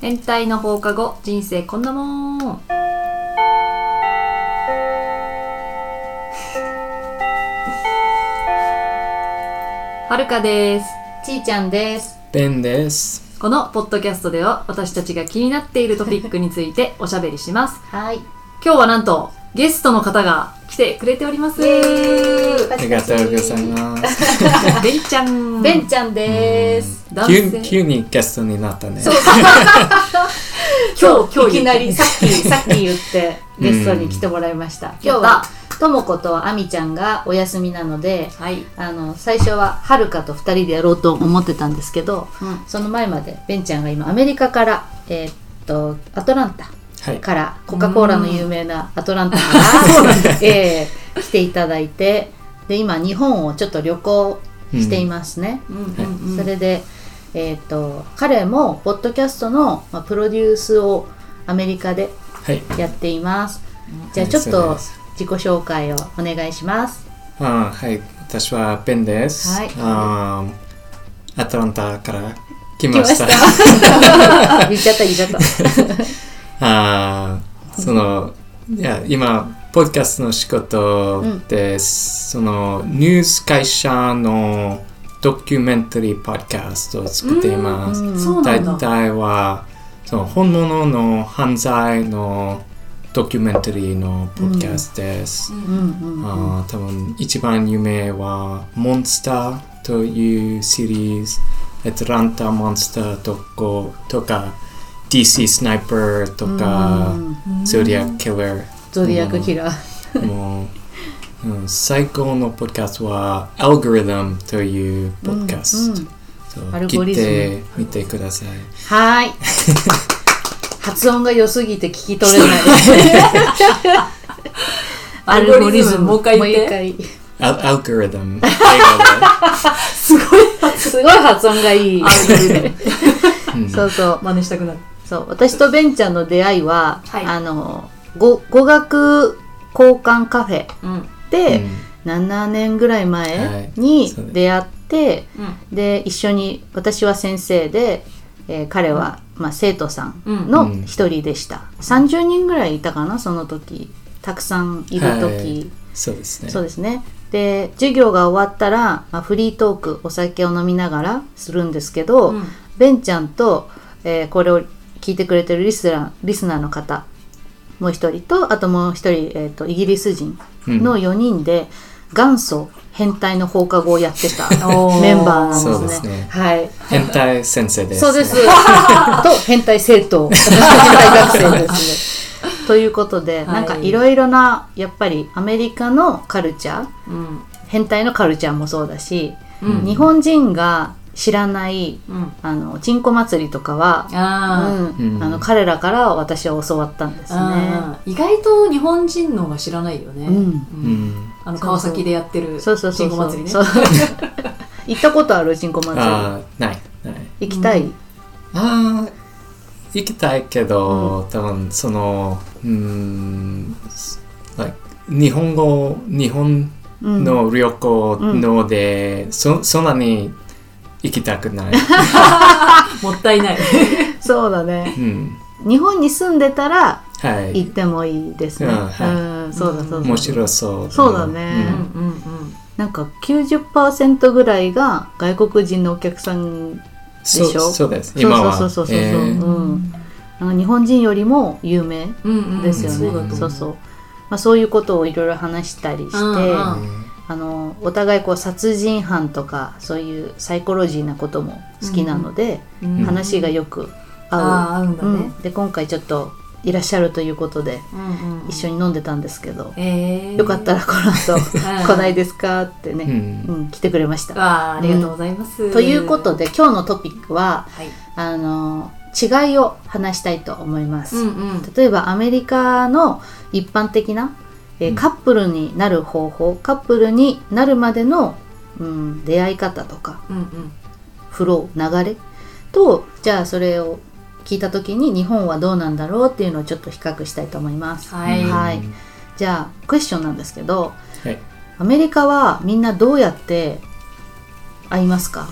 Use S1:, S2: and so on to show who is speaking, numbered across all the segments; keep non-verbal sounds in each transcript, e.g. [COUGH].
S1: 変態の放課後人生こんなもん [LAUGHS] はるかですちーちゃんです
S2: ペンです。
S1: このポッドキャストでは私たちが気になっているトピックについ
S3: [LAUGHS]
S1: ておしゃべりします
S3: はい。
S1: 今日はなんとゲストの方が来てくれております
S2: ありがとうございます。
S1: ベンちゃん
S3: ベンちゃんです。
S1: 男
S2: 急
S1: 性
S2: 急にゲストになったね。そう
S1: 今日今
S3: い
S1: 日言
S3: きなり
S1: っ
S3: さっき、
S1: [LAUGHS]
S3: さっき言って、
S2: うん
S3: ゲストに来てもらいました。今日
S1: やっ
S3: は、ともことあみちゃんがお休みなので、
S1: たはい
S3: あの、最初ははるかと二人でやろうと思ってたんですけど、
S1: うん
S3: その前まで、ベンちゃんが今、アメリカから、えーっと、アトランタ
S2: はい。
S3: から、コカ・コーラの有名なアトランタか
S1: そうな
S3: ら、えー来ていただいて、で、今、日本をちょっと旅行していますね。
S1: うんうんうん
S3: それで、えー、と彼もポッドキャストの、まあ、プロデュースをアメリカで
S2: はい。
S3: やっていますじゃあ
S2: はい
S3: ちょっ
S2: そう
S3: と
S2: です
S3: 自己紹介をお願いします
S2: あーはい。私はペンです。
S3: はい
S2: あーアトランタから来ました。
S3: 来ま言っちゃった言っちゃった
S2: [LAUGHS] あーその、いや、今、ポッドキャストの仕事です、その、ニュース会社のドキュメンタリーポッドキャストを作っています。
S3: うん
S1: そうな
S2: 大
S1: んだ
S2: 体はその本物の犯罪のドキュメンタリーのポッドキャストです。
S3: うんうんうん
S2: あー多分一番有名は「モンスター」というシリーズ「アトランタ・モンスター」とかとか「DC スナイパー」とか
S3: うん
S2: 「ゾディアック・キラー」
S3: ゾディアックキラー
S2: もう、うん、最高のポッドキャストは「アルゴリズム」というポッドキャスト。
S3: うんうん
S2: そう
S3: アルゴ
S2: 聞
S3: リ
S2: い
S3: ズム
S2: てみてください。
S3: はーい [LAUGHS] 発音が良すぎて聞き取れない [LAUGHS]
S1: アルゴリズムもう一回言って
S3: もう一回
S2: アルアルゴリ
S3: [LAUGHS]
S2: ズム。
S1: すごい
S3: すごい発音がいい
S1: アルゴリズム
S2: うん
S3: そうそう
S1: 真似したくなる
S3: そう私とベンちゃんの出会いは、
S1: はい
S3: あの語語学交換カフェ
S1: うん
S3: で、7年ぐらい前に
S2: はい
S3: 出会って、
S1: うん
S3: で一緒に私は先生で、えー彼は、まあ、生徒さん
S2: う
S3: の
S2: ん
S3: 一人でした、30人ぐらいいたかなその時たくさんいる時、
S2: はいそうですね。
S3: そうですねで授業が終わったら、まあ、フリートークお酒を飲みながらするんですけど、
S1: うん
S3: ベンちゃんと、えーこれを聞いてくれてるリスナーリスナーの方もう一人とあともう一人、えー、とイギリス人の4人で、元祖変態の放課後をやって
S2: [LAUGHS]
S3: た
S1: おー
S3: メンバーなんですね。
S2: そうですね
S3: はい
S2: 変態先生です。
S3: そう
S2: [LAUGHS]
S3: です。と変態生徒、私の変態学生ですね。ということで、なんかいろいろなやっぱりアメリカのカルチャー、
S1: うん
S3: 変態のカルチャーもそうだし、
S1: うん
S3: 日本人が知らない
S1: うん
S3: あのチンコ祭りとかは、
S1: あ
S3: うん
S2: うん
S3: あの彼らから私は教わったんですね。
S1: あー意外と日本人の方が知らないよね
S3: うん
S2: うん。
S1: あの川崎でやってる
S3: そうそうそ
S1: チ
S3: う
S1: ン
S3: そ
S1: コ
S3: う。
S1: 祭りね
S3: そう [LAUGHS] 行ったことあるチンコ祭り。行
S2: あーないない。
S3: きたい。
S2: ああ行きたいけど、多分そのうーん、like 日本語日本
S3: うん
S2: の旅行ので、そそんなに行きた
S3: [LAUGHS]
S2: くない。
S1: もったいない
S3: そうだね。
S2: うん、
S3: 日本に住んでたら
S2: は
S3: 行っ
S2: い。
S3: てもいいですね。
S2: うんは
S3: うん、そうだそうだ。
S2: 面白そう。
S3: [LAUGHS] そうだね
S1: うん
S2: う
S1: うん
S2: ん
S1: うん
S3: なんか90%ぐらいが外国人のお客さんでし
S2: そ
S3: ょ。
S2: うそうです。
S3: そう
S2: 今は。
S3: そうそうそうそうそう。
S2: えー
S3: うん。なんか日本人よりも有名
S1: うんうん
S3: ですよね。
S1: そうだと思
S3: そうそう。まあそういうことをいろいろ話したりして、
S1: うんうん
S3: あのお互いこう殺人犯とかそういうサイコロジーなことも好きなので、
S1: うん
S3: 話がよく合
S1: ああ合うん
S3: う。
S1: だね
S3: うんで今回ちょっといらっしゃるということで
S1: うんうん
S3: 一緒に飲んでたんですけど、
S1: えー
S3: よかったらこの後来ないですかって
S2: う
S3: ね、
S2: ん
S3: うん来てくれました。
S1: あーありがとうございます
S3: ということで今日のトピックは
S1: はい
S3: あの違いを話したいと思います。
S1: うんうん
S3: 例えばアメリカの一般的な、えー
S2: うん
S3: カップルになる方法カップルになるまでの、うん、出会い方とか
S1: うんうん
S3: フロー流れとじゃあそれを聞いた時に日本はどうなんだろうっていうのをちょっと比較したいと思います、
S1: はい
S2: うん
S3: はいじゃあクエスチョンなんですけど
S2: はい
S3: アメリカはみんなどうやって会いますか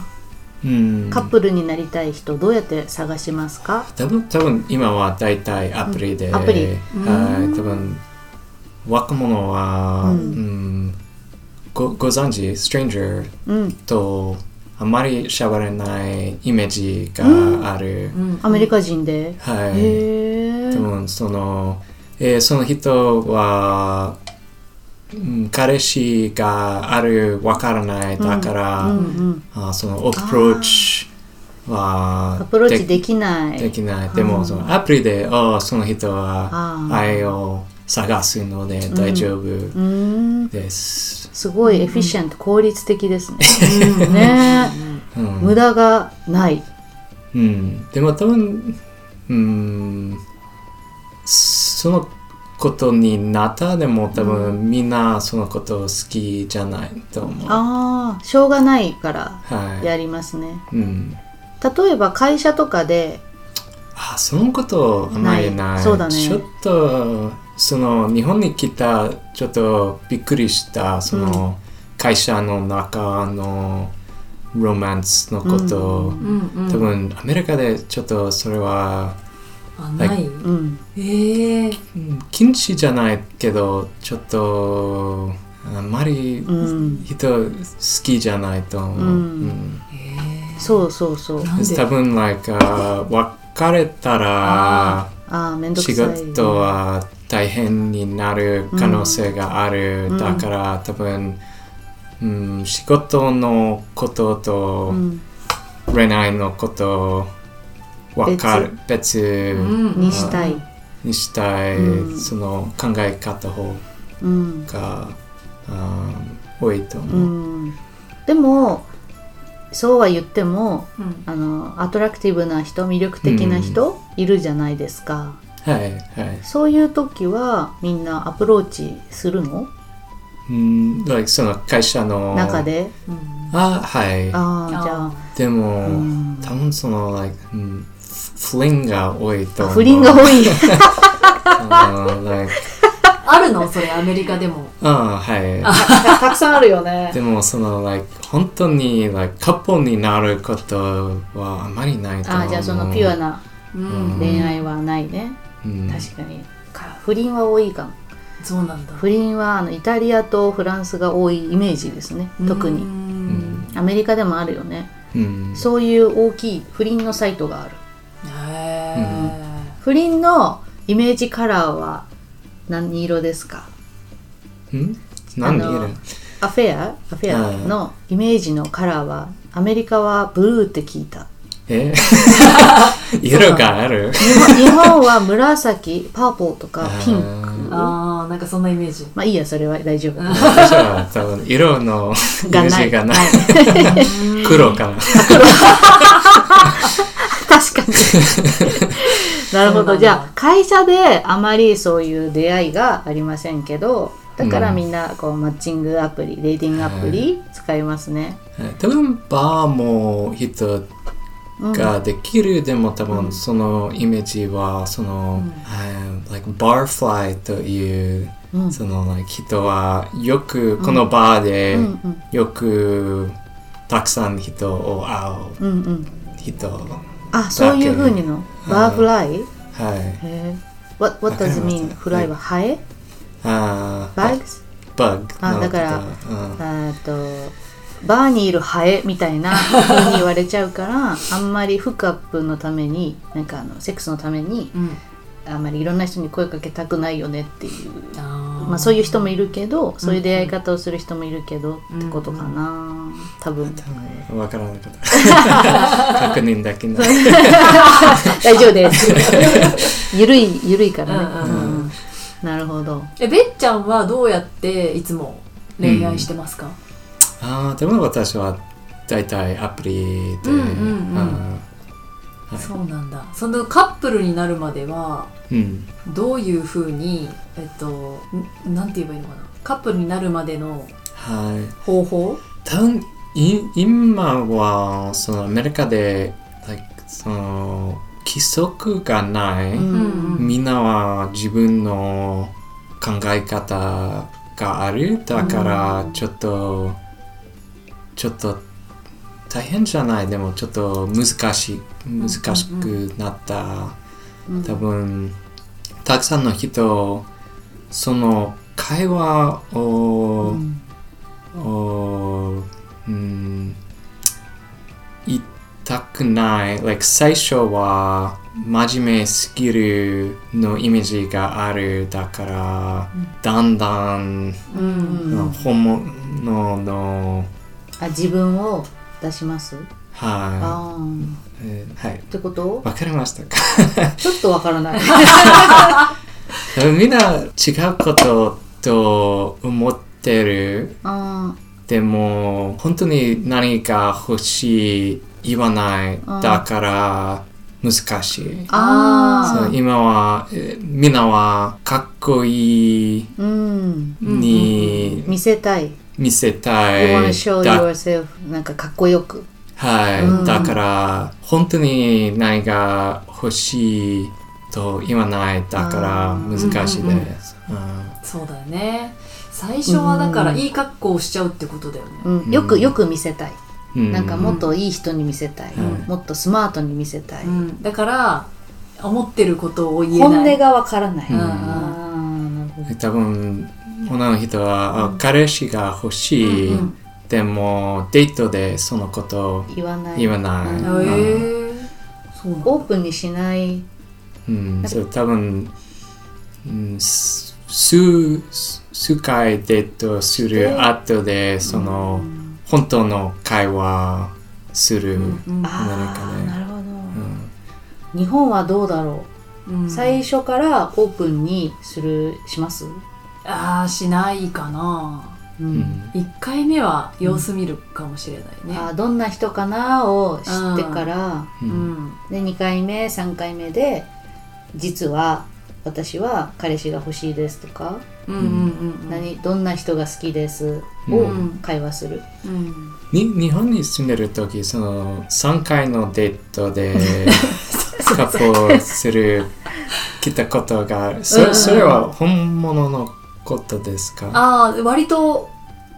S2: うん
S3: カップルになりたい人どうやって探しますか
S2: 多分多分今は大体アプリで、
S3: うんアプリ
S2: はい多分若者は、う
S3: うん
S2: んごご存知 stranger
S3: うん
S2: とあまり喋れないイメージがある、
S1: うん
S3: アメリカ人で、
S2: はい、
S3: へえ
S2: 多分その、えーその人は、うん、彼氏があるわからないだから、
S3: うんうん、
S2: あそのアプローチは
S3: アプローチ
S2: で
S3: できない
S2: できないでもそのアプリであその人は
S3: あー
S2: 愛を探すので大丈
S3: う
S2: 夫
S3: ーん
S2: です、
S3: すごいエフィシェント、効率的ですね。ね
S2: うん
S3: え無駄がない。
S2: うん、でも多分、うん、そのことになったでも多分みんなそのこと好きじゃないと思う。
S3: ああ、しょうがないから
S2: は
S3: やりますね。
S2: い。うん。
S3: 例えば会社とかで、
S2: あ、そのことあまりない。
S3: ないそうだね
S2: ちょっと、その日本に来たちょっとびっくりしたその会社の中のロマンスのことを、
S1: うんうん、
S2: 多分アメリカでちょっとそれは
S1: あない、
S2: はい
S3: うん、
S1: ええ
S2: うん禁止じゃないけどちょっとあんまり
S3: うん、
S2: 人好きじゃないと思う、
S3: うん
S2: うん
S3: そうそうそう。
S1: なんで
S2: 多分 like あ別れたら
S3: ああ、めんどく
S2: 仕
S3: さい。
S2: 事は大変になる可能性がある、
S3: うん
S2: だから多分、うん、仕事のことと
S3: うん、
S2: 恋愛のこと分かる別
S1: うん
S3: にしたい。
S2: にしたい、
S3: うん
S2: その考え方方
S3: うん、
S2: が、うん、多いと思
S3: う
S2: う。
S3: ん。でも、そうは言っても、
S1: うん
S3: あのアトラクティブな人魅力的な人、いるじゃないですか
S2: はいはい。
S3: そういう時はみんなアプローチするの
S2: うん、like その会社の
S3: 中。で
S1: うん
S2: あ、はい。
S3: ああじゃ
S1: あ
S3: あ
S2: でも、
S3: うん
S2: 多分その、like、うん、不倫が多いと思う。
S3: 不倫が
S2: い。
S3: 多い
S2: like、
S1: ーあるのそれアメリカでも
S2: あは
S3: [LAUGHS]
S2: い。
S3: たくさんあるよね
S2: でもその、like、本当に、like、カップルになることはあまりないと思
S3: あ
S2: う。
S3: あじゃあそのピュア。な
S1: うん
S3: 恋愛はないね、
S2: うん、
S3: 確かにか不倫は多いかも
S1: そうなんだ
S3: 不倫はあのイタリアとフランスが多いイメージですね特
S1: う
S3: に
S1: ん
S3: アメリカでもあるよね
S2: うん。
S3: そういう大きい不倫のサイトがある
S1: へえ
S3: 不倫のイメージカラーは何色ですか
S2: うん何
S3: あ
S2: 言え
S3: の
S2: る
S3: アフェアアフェ
S2: う
S3: ア
S2: ん
S3: のイメージのカラーはアメリカはブルーって聞いた [LAUGHS]
S2: え色がある
S3: 日本日本は紫パープルとかピンク
S1: ああなんかそんなイメージ
S3: まあいいやそれは大丈夫
S2: 私は多分色のイメ
S3: が
S2: ー
S3: ない
S2: ジがない
S3: ない
S2: 黒かな
S3: 確かになるほ
S1: そうなんだ
S3: どじゃあ会社であまりそういう出会いがありませんけどだからみんなこうマッチングアプリデーティングアプリ使いますね、
S2: 多分バーも人ができる、でも多分そのイメージはその、うん、like barfly という、
S3: うん
S2: その like 人はよくこのバーで、
S3: うんうん
S2: よくたくさん人を会う
S3: うんうん
S2: 人
S3: あそういうふうにのバーフライ、
S2: はい
S3: へえ What, what
S2: わか
S3: does
S2: り
S3: it
S2: ます
S3: mean? フライはハエ
S2: あー
S3: バグス
S2: バグ
S3: あだから
S2: う
S3: え
S2: ん
S3: ーっとバーにいるハエみたいな風に言われちゃうか
S1: [LAUGHS]
S3: らあんまりフックアップのためになんかあのセックスのために
S1: うん
S3: あんまりいろんな人に声かけたくないよねっていう、
S1: あ
S3: まあ、そういう人もいるけどそういう出会い方をする人もいるけどってことかな、多分
S2: わからなかった
S3: [LAUGHS]
S2: 確認だけな
S3: 大丈夫です
S1: [LAUGHS]
S3: ゆるいゆるいからね、
S1: うんうん
S3: うんなるほど
S1: えべっちゃんはどうやっていつも恋愛してますか、
S2: あーでも私は大体アプリで、
S1: うんうんうん
S2: あはい
S1: そうなんだそのカップルになるまでは
S2: ーうん
S1: どういうふうにえっとんなんて言えばいいのかなカップルになるまでの
S2: はい
S1: 方法
S2: 多分い今はそのアメリカで、like その規則がない、
S3: うん
S1: うん
S2: みんなは自分の考え方があるだからちょっと、ちょっと大変じゃないでもちょっと難しい難しくなった、
S3: うん
S2: 多分たくさんの人その会話を、
S3: うん
S2: おうん言いたくない、like、最初は真面目すぎるのイメージがあるだから、だんだん、
S1: うんうん
S2: 本物の
S3: あ自分を出します
S2: は
S3: ああ
S2: い、えーはい
S3: ってこと
S2: わかりましたか [LAUGHS]
S3: ちょっとわからない
S1: [LAUGHS]
S2: みんな違うことと思ってる
S3: あ
S2: でも本当に何か欲しい言わない
S3: うん
S2: だから難しい、
S3: ーあ
S2: そう今はえーみんなはかっこいい
S3: ーうん
S2: に
S3: 見せたい
S2: 見せた
S3: You
S2: い、
S3: wanna show
S2: だ
S3: yourself なんかかっこよく
S2: はい、
S3: うん
S2: だから本当に何が欲しいと言わないだから
S3: うん
S2: 難しい
S1: うんうんうん
S2: です、うん
S1: そうだよね最初はだからいい格好をしちゃうってことだよね、
S3: うん、よくよく見せたい、
S2: うん
S3: なんかもっといい人に見せたい、
S2: うん
S3: もっとスマートに見せたい、
S1: うんだから思ってることを言えない
S3: 本音がわからない、
S2: うん
S3: ああなるほど
S2: 多分女の人は、あ彼氏が欲しい、
S1: うんうん
S2: でもデートでそのことを
S3: 言わない
S2: 言わな
S3: う
S2: い、
S1: え
S3: ん
S1: ー、そうなんだ
S3: オープンにしない
S2: うん、それ多分、うん、す数数回デートする後でその、本当の会話する、
S1: うん
S3: あ
S2: か
S3: あ、
S2: ね
S3: なるほど、
S2: うん
S3: 日本はどうだろ
S1: う
S3: う、
S1: ん
S3: 最初からオープンにするします、
S1: ああしないかな
S3: う
S2: うんん
S1: 1回目は様子見るかもしれないね、
S3: あーどんな人かなを知ってから、
S2: う
S1: うんん
S3: で2回目3回目で実は私は彼氏が欲しいですとか、
S1: うんうんうん
S3: 何どんな人が好きですを
S1: うん
S3: 会話する、
S1: うん
S2: に日本に住んでる時その3回のデート
S1: [LAUGHS]
S2: でカップルする来たことがあるそ
S1: うん
S2: れそれは本物のことですか、
S1: ああ割と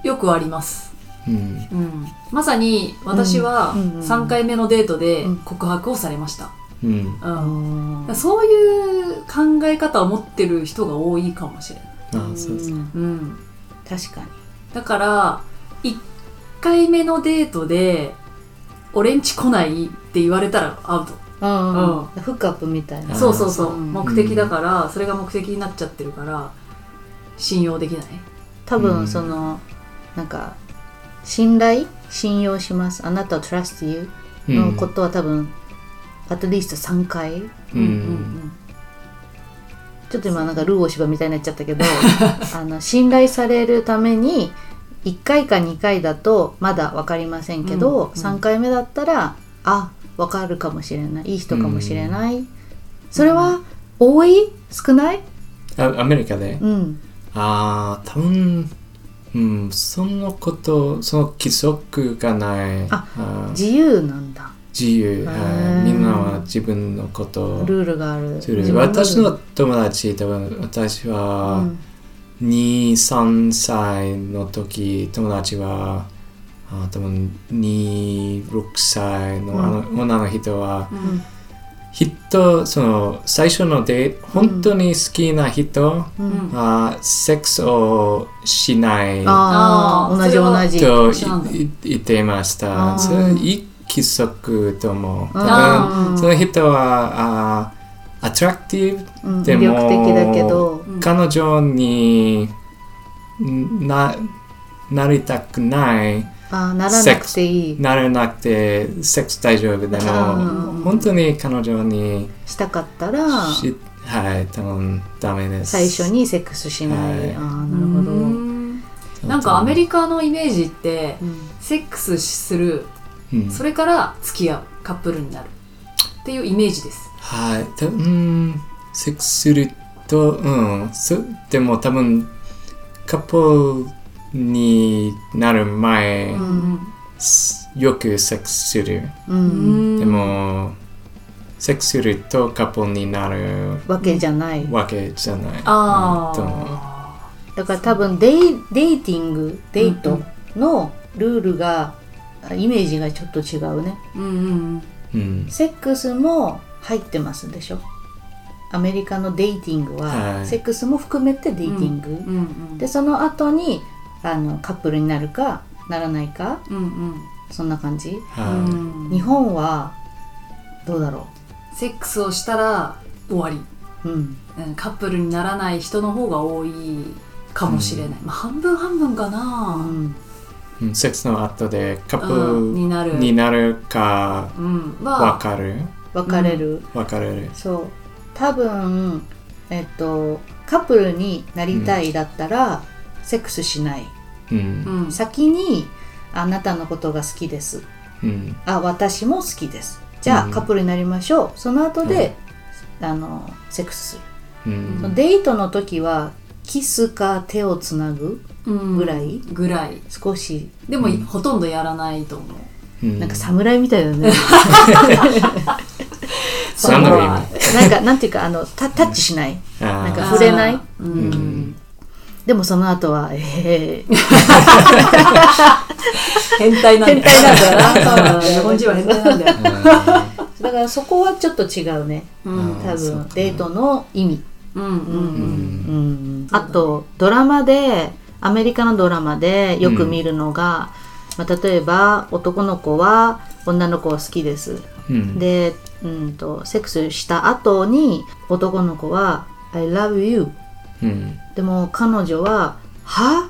S1: よくあります、
S2: うん、
S1: うん、まさに私は
S3: うんうんうん
S1: 3回目のデートで
S3: うん
S1: 告白をされました、
S2: うん
S1: うん
S3: うん
S1: だからそういう考え方を持ってる人が多いかもしれない、
S2: あそうです
S3: うん
S1: うん、
S3: 確かに
S1: だから1回目のデートで「俺んち来ない?」って言われたらアウト
S3: うんうん
S1: うん
S3: フックアップみたいな
S2: あー
S1: そうそうそう、
S3: うん
S1: 目的だから、それが目的になっちゃってるから信用できない
S3: 多
S2: う
S3: 分
S2: ん
S3: その、なんか信頼信用しますあなたを trust you のことは多分、at least 3回
S2: うんうん
S3: ちょっと今なんかルー大芝みたいになっちゃったけどあの信頼されるために1回か2回だとまだ分かりませんけど、
S1: うん
S3: 3回目だったらあ分かるかもしれないいい人かもしれない、それは多い少ない
S2: あアメリカで
S3: うん
S2: ああ、多分、うん、そのこと、その規則がない。
S3: あ
S2: あー
S3: 自由なんだ
S2: 自
S3: ー
S2: 由、はいみんなは自分のことを
S3: ルールがある
S2: する
S3: 自分ルール
S2: 私の友達、多分、私
S3: う
S2: は
S3: ん
S2: 2、3歳の時、友達は、あー多分2、6歳の,、あの女の人は、
S1: うん
S2: 人、その最初のデート、本当に好きな人、
S3: うん
S1: うん
S2: あーセックスをしな
S3: あ
S2: い
S3: あ
S1: あー
S3: 同じ
S1: それは
S3: 同じ
S2: と
S1: 一緒なんだ
S2: いい言っていまし
S3: あー
S2: た。それいい規則と思う。多
S1: あ
S3: ー
S2: 分その人はあーアトラクティブ
S3: うん
S2: で
S3: 魅
S2: も
S3: 力的だけど
S1: うん
S2: 彼女にななりたくない
S3: あーならなくていい
S2: ならなくてセックス大丈夫でも
S3: うん
S2: 本当に彼女に
S3: したかったら
S2: しはい多分ダメです。
S3: 最初にセックスしない、
S2: はい
S3: ああなるほど、
S1: うんなんかアメリカのイメージって
S3: うん
S1: セックスする
S2: うん
S1: それから付き合うカップルになるっていうイメージです
S2: はい、たうん、セックスすると、うん、そでも多分、カップルになる前、
S3: うん
S2: すよくセックスする。
S3: うん
S2: でも、セックスするとカップルになる
S3: わけじゃない、
S2: わけじゃない。
S1: あ
S2: うんと思う
S1: あ
S3: だから多分デイデイティングデートのルールがイメージがちょっと違うね
S1: うんうん
S2: うん
S3: セックスも入ってますでしょアメリカのデイティング
S2: は
S3: はいセックスも含めてデイティング、
S1: うんうんうん
S3: でその後にあのカップルになるかならないか
S1: うんうん
S3: そんな感じ
S1: う
S2: は
S1: ん
S3: 日本はどうだろ
S1: セックスをしたら終わり
S3: ううん
S1: うんカップルにならない人の方が多いかもしれない、まあ半分半分か
S3: う
S1: な、
S3: ん
S2: いうんセックスの後でカッ
S1: うん
S2: プ
S1: になる
S2: になるか
S1: うん
S2: わ
S1: は
S2: かる
S3: 別れる、
S2: わかる
S3: そう多分えっとカップルになりたいだったら、セックスしない
S2: うん
S1: うん
S3: 先にあなたのことが好きです
S2: うん
S3: あ私も好きですじゃあ、
S2: うん
S3: カップルになりましょうその後で、あのセックスする、
S2: う
S1: うんん
S3: デートの時はキスか手をつなぐ
S1: うん
S3: ぐらい、
S1: ぐらい
S3: 少し
S1: でも、
S2: うん
S1: ほとんどやらないと思う
S2: うん
S3: なんか侍みたいだ [LAUGHS] ね、
S2: サムリーも
S3: なんかなんていうかあのタタッチしない
S2: あ
S3: なん
S2: ー
S3: か触れな
S1: あ
S3: い
S1: ーうん、
S2: うん
S3: でもその後はええ
S1: 変態なんだよ
S3: 変態なんだよな
S1: そう日本人は変態なんだよ
S2: あー
S3: だからそこはちょっと違うね
S1: うん
S3: 多
S2: そうか
S3: 分デートの意味
S1: うんう
S2: うんん
S3: うんあとドラマでアメリカのドラマでよく見るのが、まあ、例えば男の子は女の子を好きです
S2: うん
S3: で、うん、とセックスした後に男の子は「I love you
S2: うん」
S3: でも彼女は「は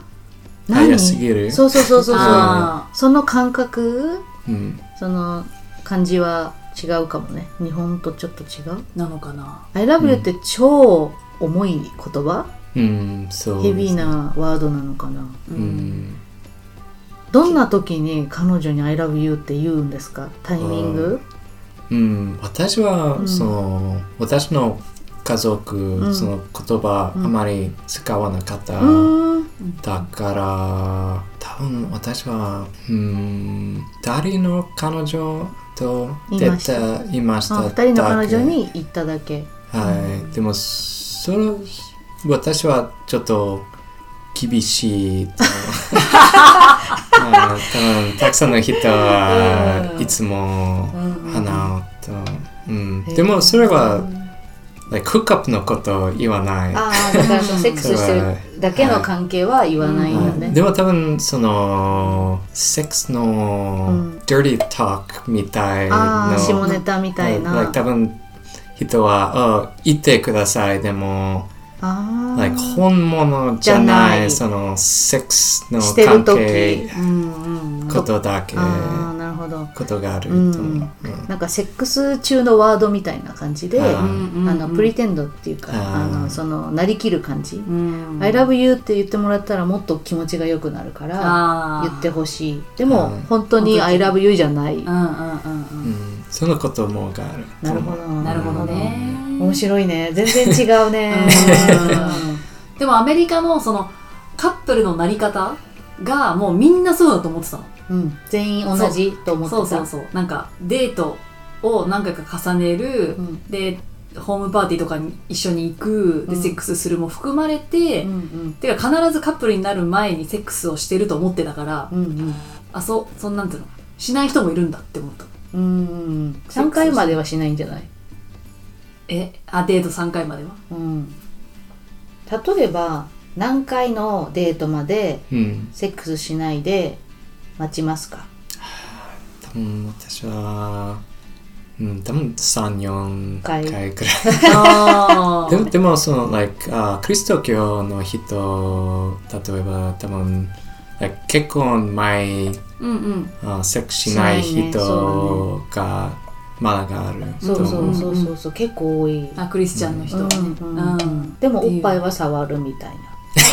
S2: 早すぎる
S3: そうそうそうそうそう
S1: あ
S3: その感覚
S2: うん
S3: その感じは違うかもね日本とちょっと違う
S1: ーなのかな
S3: I love you って超重い言葉、
S2: うんそう
S3: ヘ
S2: ですね
S3: ビーなワードなのかな
S2: うん
S3: どんな時に彼女に「I love you」って言うんですかタイミング
S2: うん、私は、
S3: うん
S2: その私の家族、
S3: ん
S2: その言葉、
S3: うん
S2: あまり使わなかった、
S3: うーん
S2: だから多分私はうん誰の彼女と出たいまし
S3: あ
S2: た
S3: 二人の彼女
S2: だ
S3: に言っただけ
S2: けはいでもそれ私はちょっと厳しいとあ多分たくさんの人は
S1: うん
S2: いつも
S1: うん
S2: 花をと、うん、
S3: へー
S2: でもそれは、like, フックアップのことを言わない、
S3: ああだからそのセックスしてるだけの関係は言わないよ
S2: は
S3: ね
S2: い、でも多分そのセックスの、
S3: うん
S2: ディーティートークみたい
S3: あ
S2: な
S3: あ下ネタみたいな、
S2: like, 多分人は「あ言ってください」でも、
S3: ああ
S2: like, 本物じゃな
S3: じゃ
S2: い
S3: ない
S2: そのセックスの
S3: してる
S2: 関
S3: 時
S2: 係
S1: うんうん
S2: ことだけ
S3: ああなるほど
S2: ことがあると
S3: う
S2: 思
S3: ん
S2: う、
S3: なんかセックス中のワードみたいな感じで、
S2: はい
S1: うん
S3: あのプリテンドっていうか、
S2: あ
S3: あ
S2: ー
S3: のそのなりきる感じ、
S1: うん、
S3: I love you って言ってもらったらもっと気持ちが良くなるから
S1: あー
S3: 言ってほしいでも、
S2: うん
S3: 本当に I love you じゃない、
S1: うんうんうんうん
S2: うんそのこともがあると
S3: なる
S2: 思
S3: ほ
S2: う
S3: ど
S1: なるほどね。
S3: 面白いね全然違うね
S1: でもアメリカのそのカップルのなり方がもうみんなそうだと思ってたの。
S3: うん、全員同じと思ってた
S1: そうそうそう。なんかデートを何回か重ねる、
S3: うん
S1: で、ホームパーティーとかに一緒に行く、で、
S3: うん
S1: セックスするも含まれて、
S3: うんうん
S1: てか必ずカップルになる前にセックスをしてると思ってたから、
S3: うんうん
S1: あ、そう、そんなんていうの、しない人もいるんだって思った。
S3: うんうん、3回まではしないんじゃない、
S1: え、あ、デート3回までは。
S3: うん、例えば何回のデートまで
S2: うん
S3: セックスしないで待ちますか
S2: 多分私は、うん、多分3、4
S3: 回
S2: 回くらい。
S1: あ
S2: [LAUGHS]
S1: [LAUGHS]
S2: でもでもその、like あキリスト教の人、例えば多分、like 結婚前、
S1: うんうん。
S2: あセックスしない
S3: しないねそ
S2: 人が、まだがある
S3: そ
S2: と
S3: う
S2: 思
S3: そうそうそうそう結構多い、
S1: あ、クリスチャンの人はね。
S3: うんうんでもおっぱいは触るみたい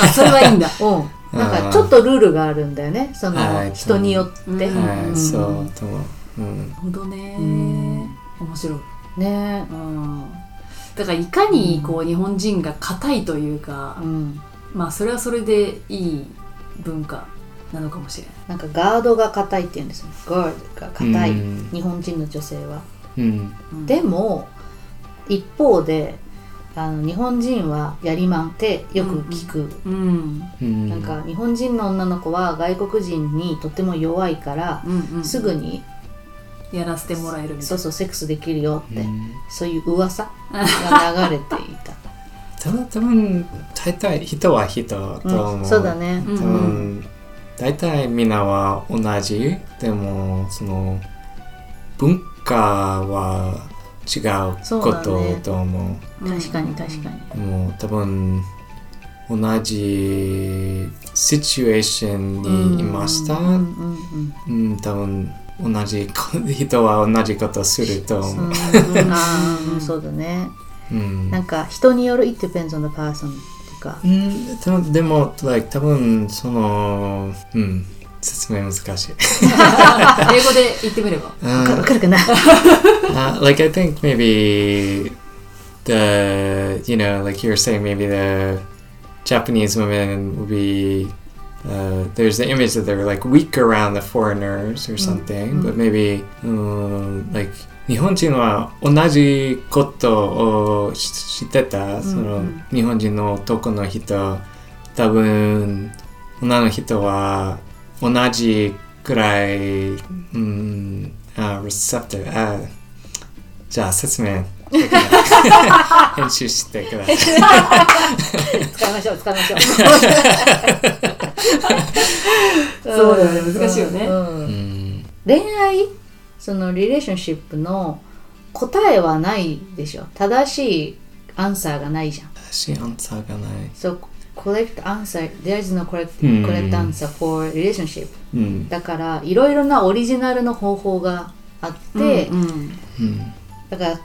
S1: あ、それはいいんだ。
S3: [LAUGHS] なうんなんかちょっとルールがあるんだよねそ
S2: は
S3: の
S2: い
S3: 人によって、
S1: うん
S2: は
S3: う
S2: い、
S3: ん
S2: そうと思う。うん
S1: なるほどね
S3: ん
S1: 面白い、
S3: ね
S1: うん、だからいかにこう日本人が硬いというか
S3: う、ん
S1: まあそれはそれでいい文化なのかもしれない
S3: なんかガードが硬いって言うんですよガードが硬い、
S2: うん
S3: 日本人の女性は、
S2: うん
S1: うん
S3: でも一方であの日本人はやりまんってよく聞く、
S1: うん
S2: うん
S3: なんか日本人の女の子は外国人にとっても弱いから、
S1: うんうん、
S3: すぐに
S1: やらせてもらえるみた
S3: そ
S1: いう
S3: そうセックスできるよって、
S2: うん
S3: そういう噂が流れていた、
S2: ただ多分大体人は人だと思う、
S3: うん、そうだね
S1: う
S2: 多
S1: ん
S2: 分、大体みんなは同じでもその文化は違うこ
S3: そうだ
S2: と
S3: ね
S2: と思
S1: な、
S3: 確かに確かに
S2: うもう多分同じシチュエーションにいました、
S3: うんうんうん
S2: うん、多分同じこ人は同じことすると
S3: う
S2: 思
S3: ん
S2: う。
S3: あーそうだね
S2: うん
S3: なんか人による It depends on the person っていうか
S2: うん、多分でも、like 多分その、うん、説明難しい。
S3: [LAUGHS]
S1: 英語で言ってみれば
S2: うん
S3: わかるかな
S2: uh, like I think maybe the you know like you were saying maybe the Japanese women would be uh, there's the image that they're like weak around the foreigners or something, but maybe um, like 日本人は同じことをししてたその、
S3: うんうん
S2: 日本人の男の人多分女の人は同じくらい、うん、あ、receptive、あ、uh, じゃあ説明、編集してください。
S3: 使いましょう使いまし
S2: [LAUGHS]
S3: ょう
S1: そうだよね難しいよね
S3: うんうん
S2: うん、
S3: 恋愛そのリレーションシップの答えはないでしょ正しいアンサーがないじゃん
S2: 正しいアンサーがない。
S3: そうコレクトアンサー there is no correct
S2: うん
S3: correct answer for relationship
S2: うん、
S3: だからいろいろなオリジナルの方法があって、
S1: うんうん
S2: うん、
S3: だから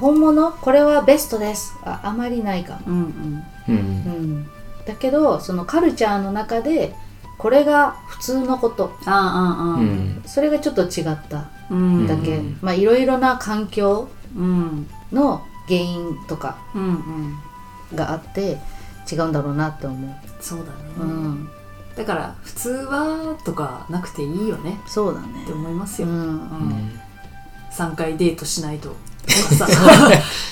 S3: 本物これはベストですああまりないかも、
S1: うんうん
S2: うん、
S3: うん、だけどそのカルチャーの中でこれが普通のこと
S1: ああああ
S2: うん、
S3: それがちょっと違った
S1: うん
S3: だけ、
S2: うん
S3: まあいろいろな環境
S1: うん
S3: の原因とか
S1: うんうん
S3: があって違うんだろうなって思
S1: そうだね、
S3: う、うん、
S1: だから普通はとかなくていいよね
S3: そうだね
S1: って思います
S3: う
S1: よ、
S3: ん
S2: う
S1: うん
S2: ん、
S1: 3回デートしないととか
S3: [LAUGHS]
S1: さ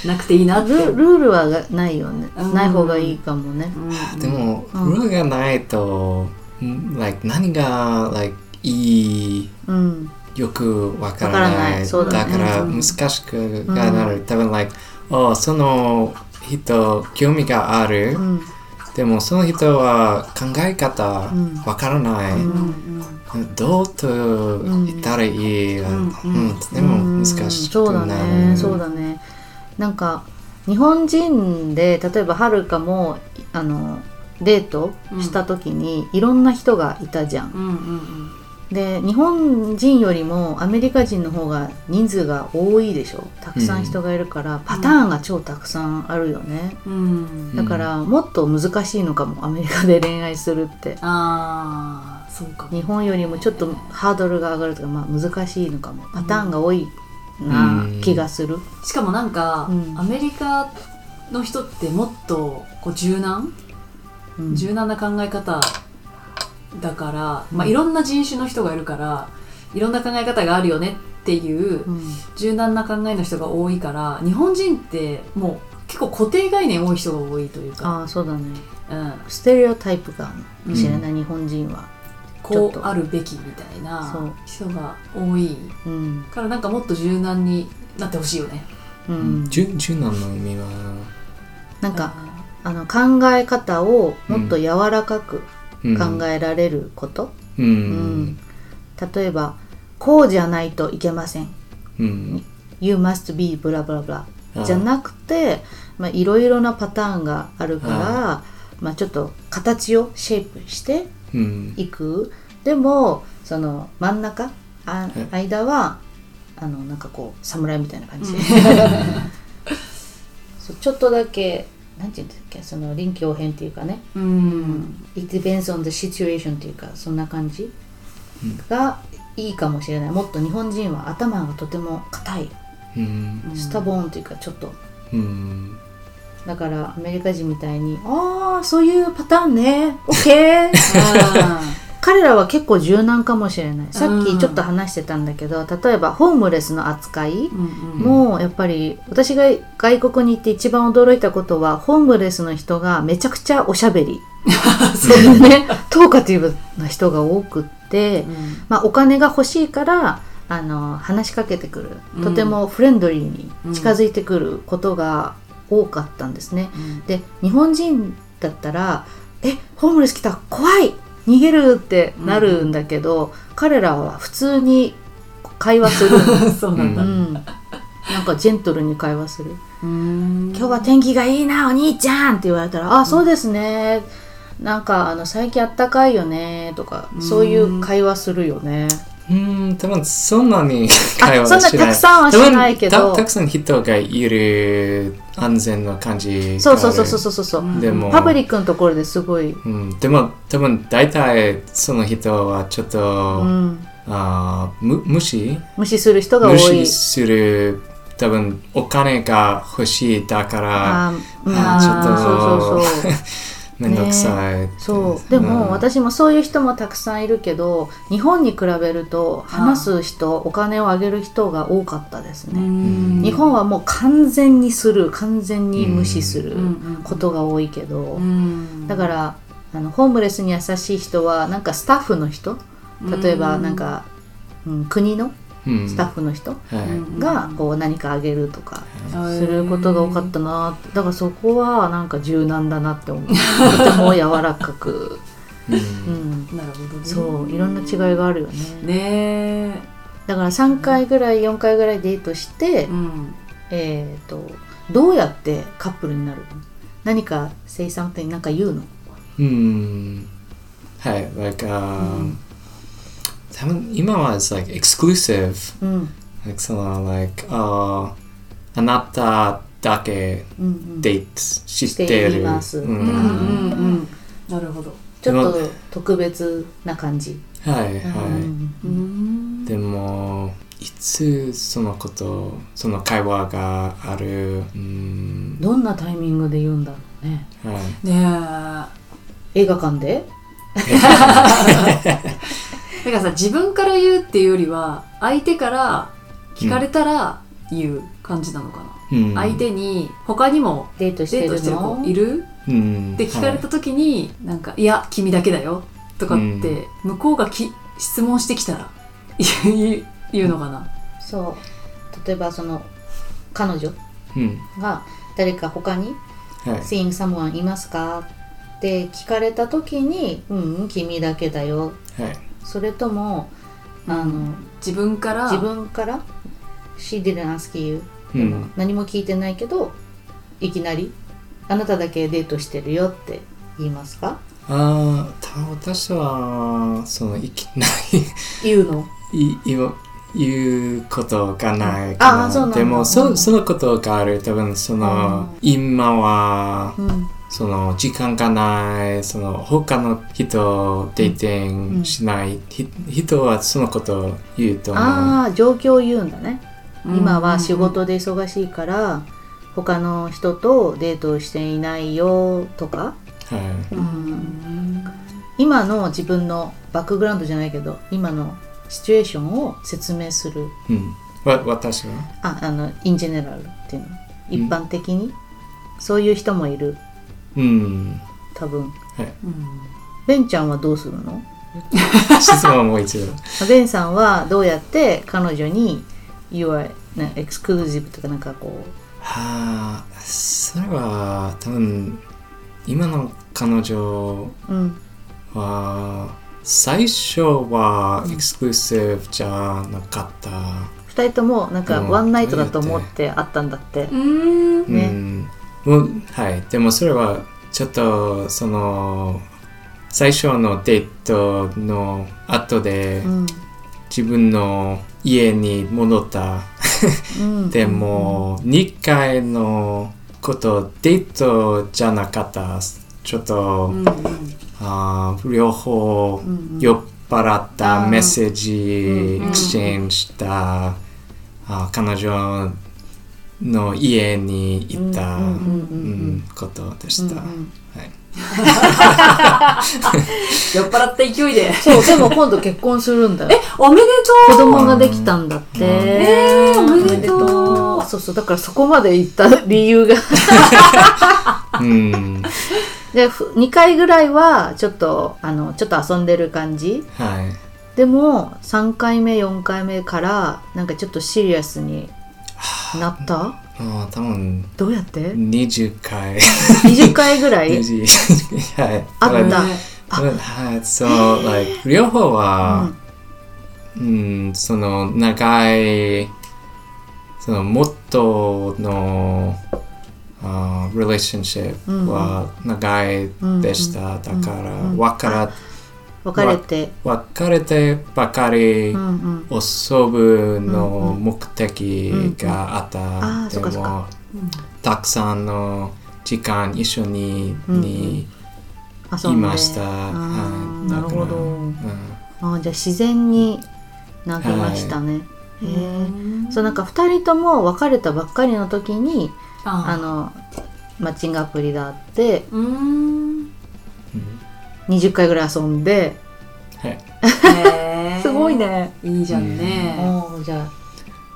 S1: なくていいなって
S3: ルルールはがないよね、
S1: うん
S3: ない方がいいかもね、
S1: うん
S2: でも、
S3: うん
S2: ルールがないと、うん、like 何が like いい
S3: うん、
S2: よくわか
S3: わ
S2: らない
S3: からないそうだね
S2: から
S1: うん
S2: 難しくがなる、多分 like おその人興味がある、
S3: うん、
S2: でもその人は考え方わからない、
S3: うん
S1: うんうん
S2: どうと言ったらいい、うんんでも難しく
S3: う
S2: なる、
S3: んそうだねそうだねなんか日本人で例えばはるかもあのデートした時にいろんな人がいたじゃん、
S1: うんうん
S3: で日本人よりもアメリカ人の方が人数が多いでしょたくさん人がいるから、パターンが超たくさんあるよね、
S1: うん
S2: うん
S3: だからもっと難しいのかもアメリカで恋愛するって
S1: ああそうかも
S3: 日本よりもちょっとハードルが上がるとか、まあ、難しいのかもパターンが多いな
S2: うん
S3: 気がする、
S1: しかもなんか、
S3: うん
S1: アメリカの人ってもっとこう柔軟、
S3: うん
S1: 柔軟な考え方だから、ま
S3: う
S1: あ、
S3: ん
S1: いろんな人種の人がいるからいろんな考え方があるよねっていう
S3: うん
S1: 柔軟な考えの人が多いから日本人ってもう結構固定概念多い人が多いというか、
S3: ああそうだね
S1: うん、
S3: ステレオタイプがある知らない、日本人は、
S1: こうあるべきみたいな人が多い
S3: うん
S1: からなんかもっと柔軟になってほしいよね。
S3: う
S2: うんん、柔柔軟の意味は
S3: なんかあの考え方をもっと柔らかく考えられること、
S2: え、う
S3: うん
S2: ん
S3: 例えばこうじゃないといけません
S2: うん、
S3: You must be ブラブラブラ
S2: あ
S3: じゃなくてまあいろいろなパターンがあるからまあ、ちょっと形をシェイプして
S2: うん、
S3: いくでもその真ん中あ
S2: い
S3: 間はあのなんかこう侍みたいな感じで、 [LAUGHS] そうちょっとだけなんて言うんだっけその臨機応変っていうかね
S1: う
S3: うんん It depends on the situation っていうかそんな感じがいいかもしれないもっと日本人は頭がとても硬い
S2: うん、
S3: スタボーンっていうかちょっと
S2: うん、
S3: だからアメリカ人みたいに「ああそういうパターンね OK
S1: あー
S3: [LAUGHS] 彼らは結構柔軟かもしれないさっ
S1: う
S3: き
S1: ん
S3: ちょっと話してたんだけど、例えばホームレスの扱い
S1: うんうん
S3: もうやっぱり私が外国に行って一番驚いたことはホームレスの人がめちゃくちゃおしゃべ
S1: [LAUGHS]
S3: りそういうねトーカティブな人が多くって、
S1: うん
S3: まあ、お金が欲しいからあの話しかけてく
S1: うん
S3: るとてもフレンドリーに近づいてくることが多かったんですね。で日本人だったら「えホームレス来た怖い逃げる!」ってなるんだけど、彼らは普通に会話す
S2: [LAUGHS]
S3: る、
S1: うんそうなん
S3: う
S1: だ。
S3: ん、なんかジェントルに会話する
S1: うん
S3: 「今日は天気がいいなお兄ちゃん!」って言われたら「あそうですね」なんかあの最近あったかいよねとかそういう会話するよね。
S2: うん、多分そんなに
S3: あ
S2: 会話
S3: そん
S2: は
S3: な
S2: しな
S3: た
S2: い。
S3: くさんはしないけ
S2: 多分
S3: ど
S2: たたくさん人がいる安全な感じがある。
S3: そうそうそうそうそうそう、
S1: うん
S2: でも、
S3: パブリックのところですごい、
S2: うん、でも多分大体その人はちょっと、
S3: うん、
S2: あーむ無視
S3: 無視する人が多
S2: 無
S3: い。
S2: 視する多分お金が欲しいだから
S3: あー、うん、
S1: あーちょっと
S3: そうそうそう
S2: めんどくさい。
S3: そうでも、
S2: うん
S3: 私もそういう人もたくさんいるけど日本に比べると話す人お金をあげる人が多かったですね、
S2: うん
S3: 日本はもう完全にする完全に無視する
S1: うんうん
S3: ことが多いけど、
S1: うん
S3: だからあのホームレスに優しい人はなんかスタッフの人例えば
S1: うん
S3: なんか、うん、国の
S2: うん
S3: スタッフの人
S2: はい
S1: うん
S3: がこう何かあげるとか
S1: うん
S3: することが多かったなってだからそこはなんか柔軟だなって
S1: [LAUGHS]
S3: 思うとても柔らかく、
S2: うん
S3: うん、
S1: なるほどね
S3: そういろんな違いがあるよね
S1: ねえ
S3: だから3回ぐらい4回ぐらいデートして、
S1: うん
S3: えっ、とどうやってカップルになるの何か生産って何か言うの
S2: Hmm. Hey, like um, haven't email is like exclusive.
S3: うん
S2: Like someone like uh, あなただけ
S3: うんうん
S2: デートして
S3: してい
S2: る。
S3: ます
S1: う
S2: う
S1: んうん
S2: ん
S1: うんなるほど
S3: ちょっと特別な感じ、
S2: はい
S3: うん
S2: は
S3: う
S1: うん
S3: うん
S1: ん
S2: い。でもいつそのことその会話がある。うん
S3: どんなタイミングで言うんだろうね
S2: はい。
S1: ねえだ
S3: 映画館で
S1: からさ自分から言うっていうよりは相手から聞かれたら言う感じなのか
S2: うん
S1: な相手に他にも
S3: デートして
S1: デー
S3: る
S1: ト
S3: の
S1: してる子いる
S2: うん
S1: って聞かれ
S2: は
S1: た時になんか「いや君だけだよ」とかっ
S2: う
S1: て向こうがき質問してきたら [LAUGHS] 言う言うのかな
S3: そう例えばその彼女
S2: いうん
S3: が誰か他に
S2: はい
S3: seeing someone いますかって聞かれた時に「うんうん君だけだよ
S2: はい」
S3: それともあの
S1: 自分から
S3: 自分から「She didn't ask you」
S2: う
S3: でも
S2: ん
S3: 何も聞いてないけどいきなり「あなただけデートしてるよ」って言いますか
S2: ああた私はそのいきなり
S3: 言うの
S2: い言う言うことがない
S3: あ
S2: か
S3: ーそうなんだ
S2: なでも
S3: う
S2: そ
S3: ん
S2: そのことがある多分その今は
S3: うん
S2: その時間がないその他の人デーティングしない、ひ人はそのことを言うと思う
S3: ああ状況を言うんだね
S1: うん
S3: 今は仕事で忙しいから他の人とデートをしていないよとか
S2: はい
S1: うん
S3: 今の自分のバックグラウンドじゃないけど今のシチュエーションを説明する
S2: うん、わ私は
S3: ああのインジェネラルっていうの一般的に、そういう人もいる
S2: うん [LAUGHS]
S3: 多分
S1: うん
S3: ベンちゃんはどうするの
S2: 質問をもう一度
S3: ベンさんはどうやって彼女に「You are な exclusive」とかなんかこう
S2: はあそれは多分今の彼女
S3: うん
S2: は最初はエクスクルーシブじゃなかった、
S3: 2人ともなんか
S2: うん
S3: ワンナイトだと思ってあったんだって
S1: うん
S3: ね
S2: うんもうはいでもそれはちょっとその最初のデートの後で
S3: うん
S2: 自分の家に戻った、
S3: うん
S2: でも2回のことデートじゃなかったちょっと、
S1: うん
S2: あー両方
S3: うんうん
S2: 酔っ払っ
S3: あ
S2: た
S3: ー
S2: メッセージ
S3: うん
S1: うん
S2: エクスチェンジしたあー彼女の家に行った
S3: うんうんうんうん
S2: うんことでした。
S3: うんうん
S2: はい
S1: 酔っ払った勢い
S3: [LAUGHS]
S1: で。
S3: そう、でも今度結婚するんだ
S1: え、
S3: よ。
S1: おめで
S3: 子
S1: とう
S3: 供ができたんだって。
S1: えーおめでとう
S3: そうそう、だからそこまで行った理由が。 [LAUGHS]
S2: うん。
S3: で、ふ2回ぐらいは、ちょっと、あの、ちょっと遊んでる感じ。
S2: はい。
S3: でも、3回目、4回目から、なんかちょっとシリアスになった
S2: ああ、多分
S3: どうやって
S2: 20回。
S3: ?20 回ぐら
S2: [LAUGHS]
S3: い
S2: 20はい。
S3: あった
S2: だ
S1: ね
S2: からはい。そう、like、両方は、うん、その、長い、その、元の、あー relationship は長いでした。だから、別れ、
S3: 別れて。
S2: 別れてばかり、
S3: うんうん。
S2: 遊ぶの目的があっ
S3: んあーそ
S2: た
S3: っか
S2: で
S3: そっ
S2: も
S3: か
S2: たくさんの時間一緒に
S3: うん
S2: に
S3: 遊ん
S2: い
S3: で。
S2: ました。
S3: あ
S2: はい
S3: ーなるほ
S2: だからう
S3: ど
S2: ん。
S3: あーじゃあ自然になりましたね。へーそうなんか2人とも別れたばっかりの時にあ
S1: あ
S3: のマッチングアプリがあって
S1: うーん。
S3: 20回ぐらい遊んで
S2: は
S1: へ
S2: い
S1: ー
S3: [LAUGHS] すごい。ね。
S1: いいじゃん
S3: お
S1: ね。
S3: ーじゃ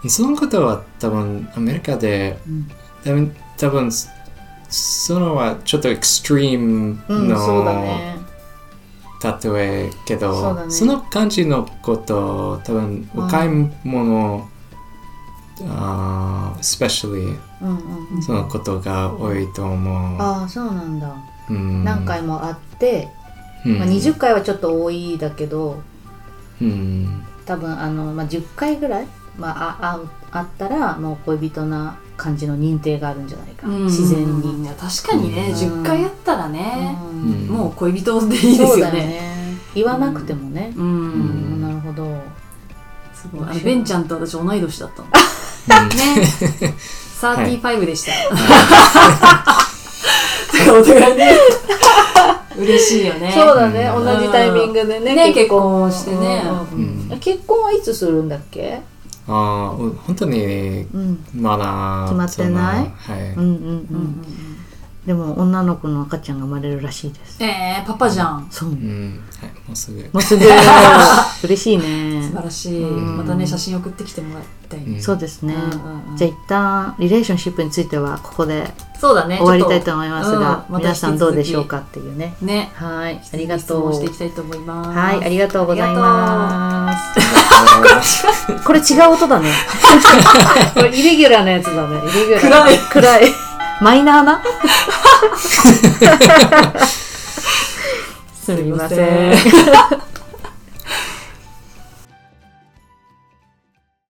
S3: あ、
S2: そのことは多分アメリカで
S3: うん
S2: 多分多分そのはちょっとエクストリーム
S3: うん、そうだ
S2: の
S3: ね。
S2: 例えけど、
S3: そうだね
S2: の感じのこと多分
S3: うん
S2: お買い物、あー especially
S3: うんうんうん、
S2: そのことが多いと思う。
S3: ああそうなんだ。
S2: うん、
S3: 何回もあって、
S2: うん、
S3: まあ、20回はちょっと多いだけど、
S2: うん
S3: 多分あの、まあ、10回ぐらい、まあ、あ会うあったらもう恋人な感じの認定があるんじゃないか、
S1: うん
S3: 自然に、
S1: いや確かにね、
S3: ん
S1: 10回やったらね、
S2: うん
S1: もう恋人でいいで
S3: そ
S1: す
S3: う
S1: よ
S3: だ
S1: ね。
S3: ね言わなくてもね、
S1: う
S3: うん
S1: ん。
S3: なるほど
S1: すごい。あ
S3: 面
S1: の
S3: 白い
S1: ベンちゃんと私同い年だったの。 [LAUGHS]
S2: うん
S1: ね。
S2: い
S1: 35でした。 [LAUGHS] お互いね。嬉しいよね。
S3: そうだね、
S2: うん
S3: 同じタイミングでね
S1: ね結婚してね
S3: うん
S2: うん
S3: 結婚はいつするんだっけ、
S2: あー本当に
S3: うん、
S2: まだ
S3: 決まってない
S2: そのはい、
S3: うん
S1: うん
S3: うんうん、
S1: うん
S3: でも女の子の赤ちゃんが生まれるらしいです
S1: うん。えー、パパじゃん。
S3: そう
S2: う
S3: も
S2: んはい、もうすぐ。
S3: うすぐ嬉しいね
S1: [LAUGHS] 素晴らしい。
S3: うん
S1: またね、写真送ってきてもらいたいね。
S2: ん
S3: そう
S2: [LAUGHS]
S3: ですね、
S1: うんうんうん
S3: じゃあ一旦リレーションシップについてはここで
S1: そうだね。
S3: 終わりたい
S1: ち
S3: と
S1: ょっ
S3: 思いますが、
S1: うんまた
S3: 皆さんどうでしょう
S1: 引
S3: かっていうね
S1: と。ね。
S3: はいあ
S1: あ
S3: りがとう
S1: していきたいと思います。
S3: はいありがとうございますこれ違う音
S1: [LAUGHS]
S3: だねこれイレギュラーなやつだねイレギュラー
S1: [LAUGHS]
S3: 暗い暗いマイナーなすみません
S1: すみません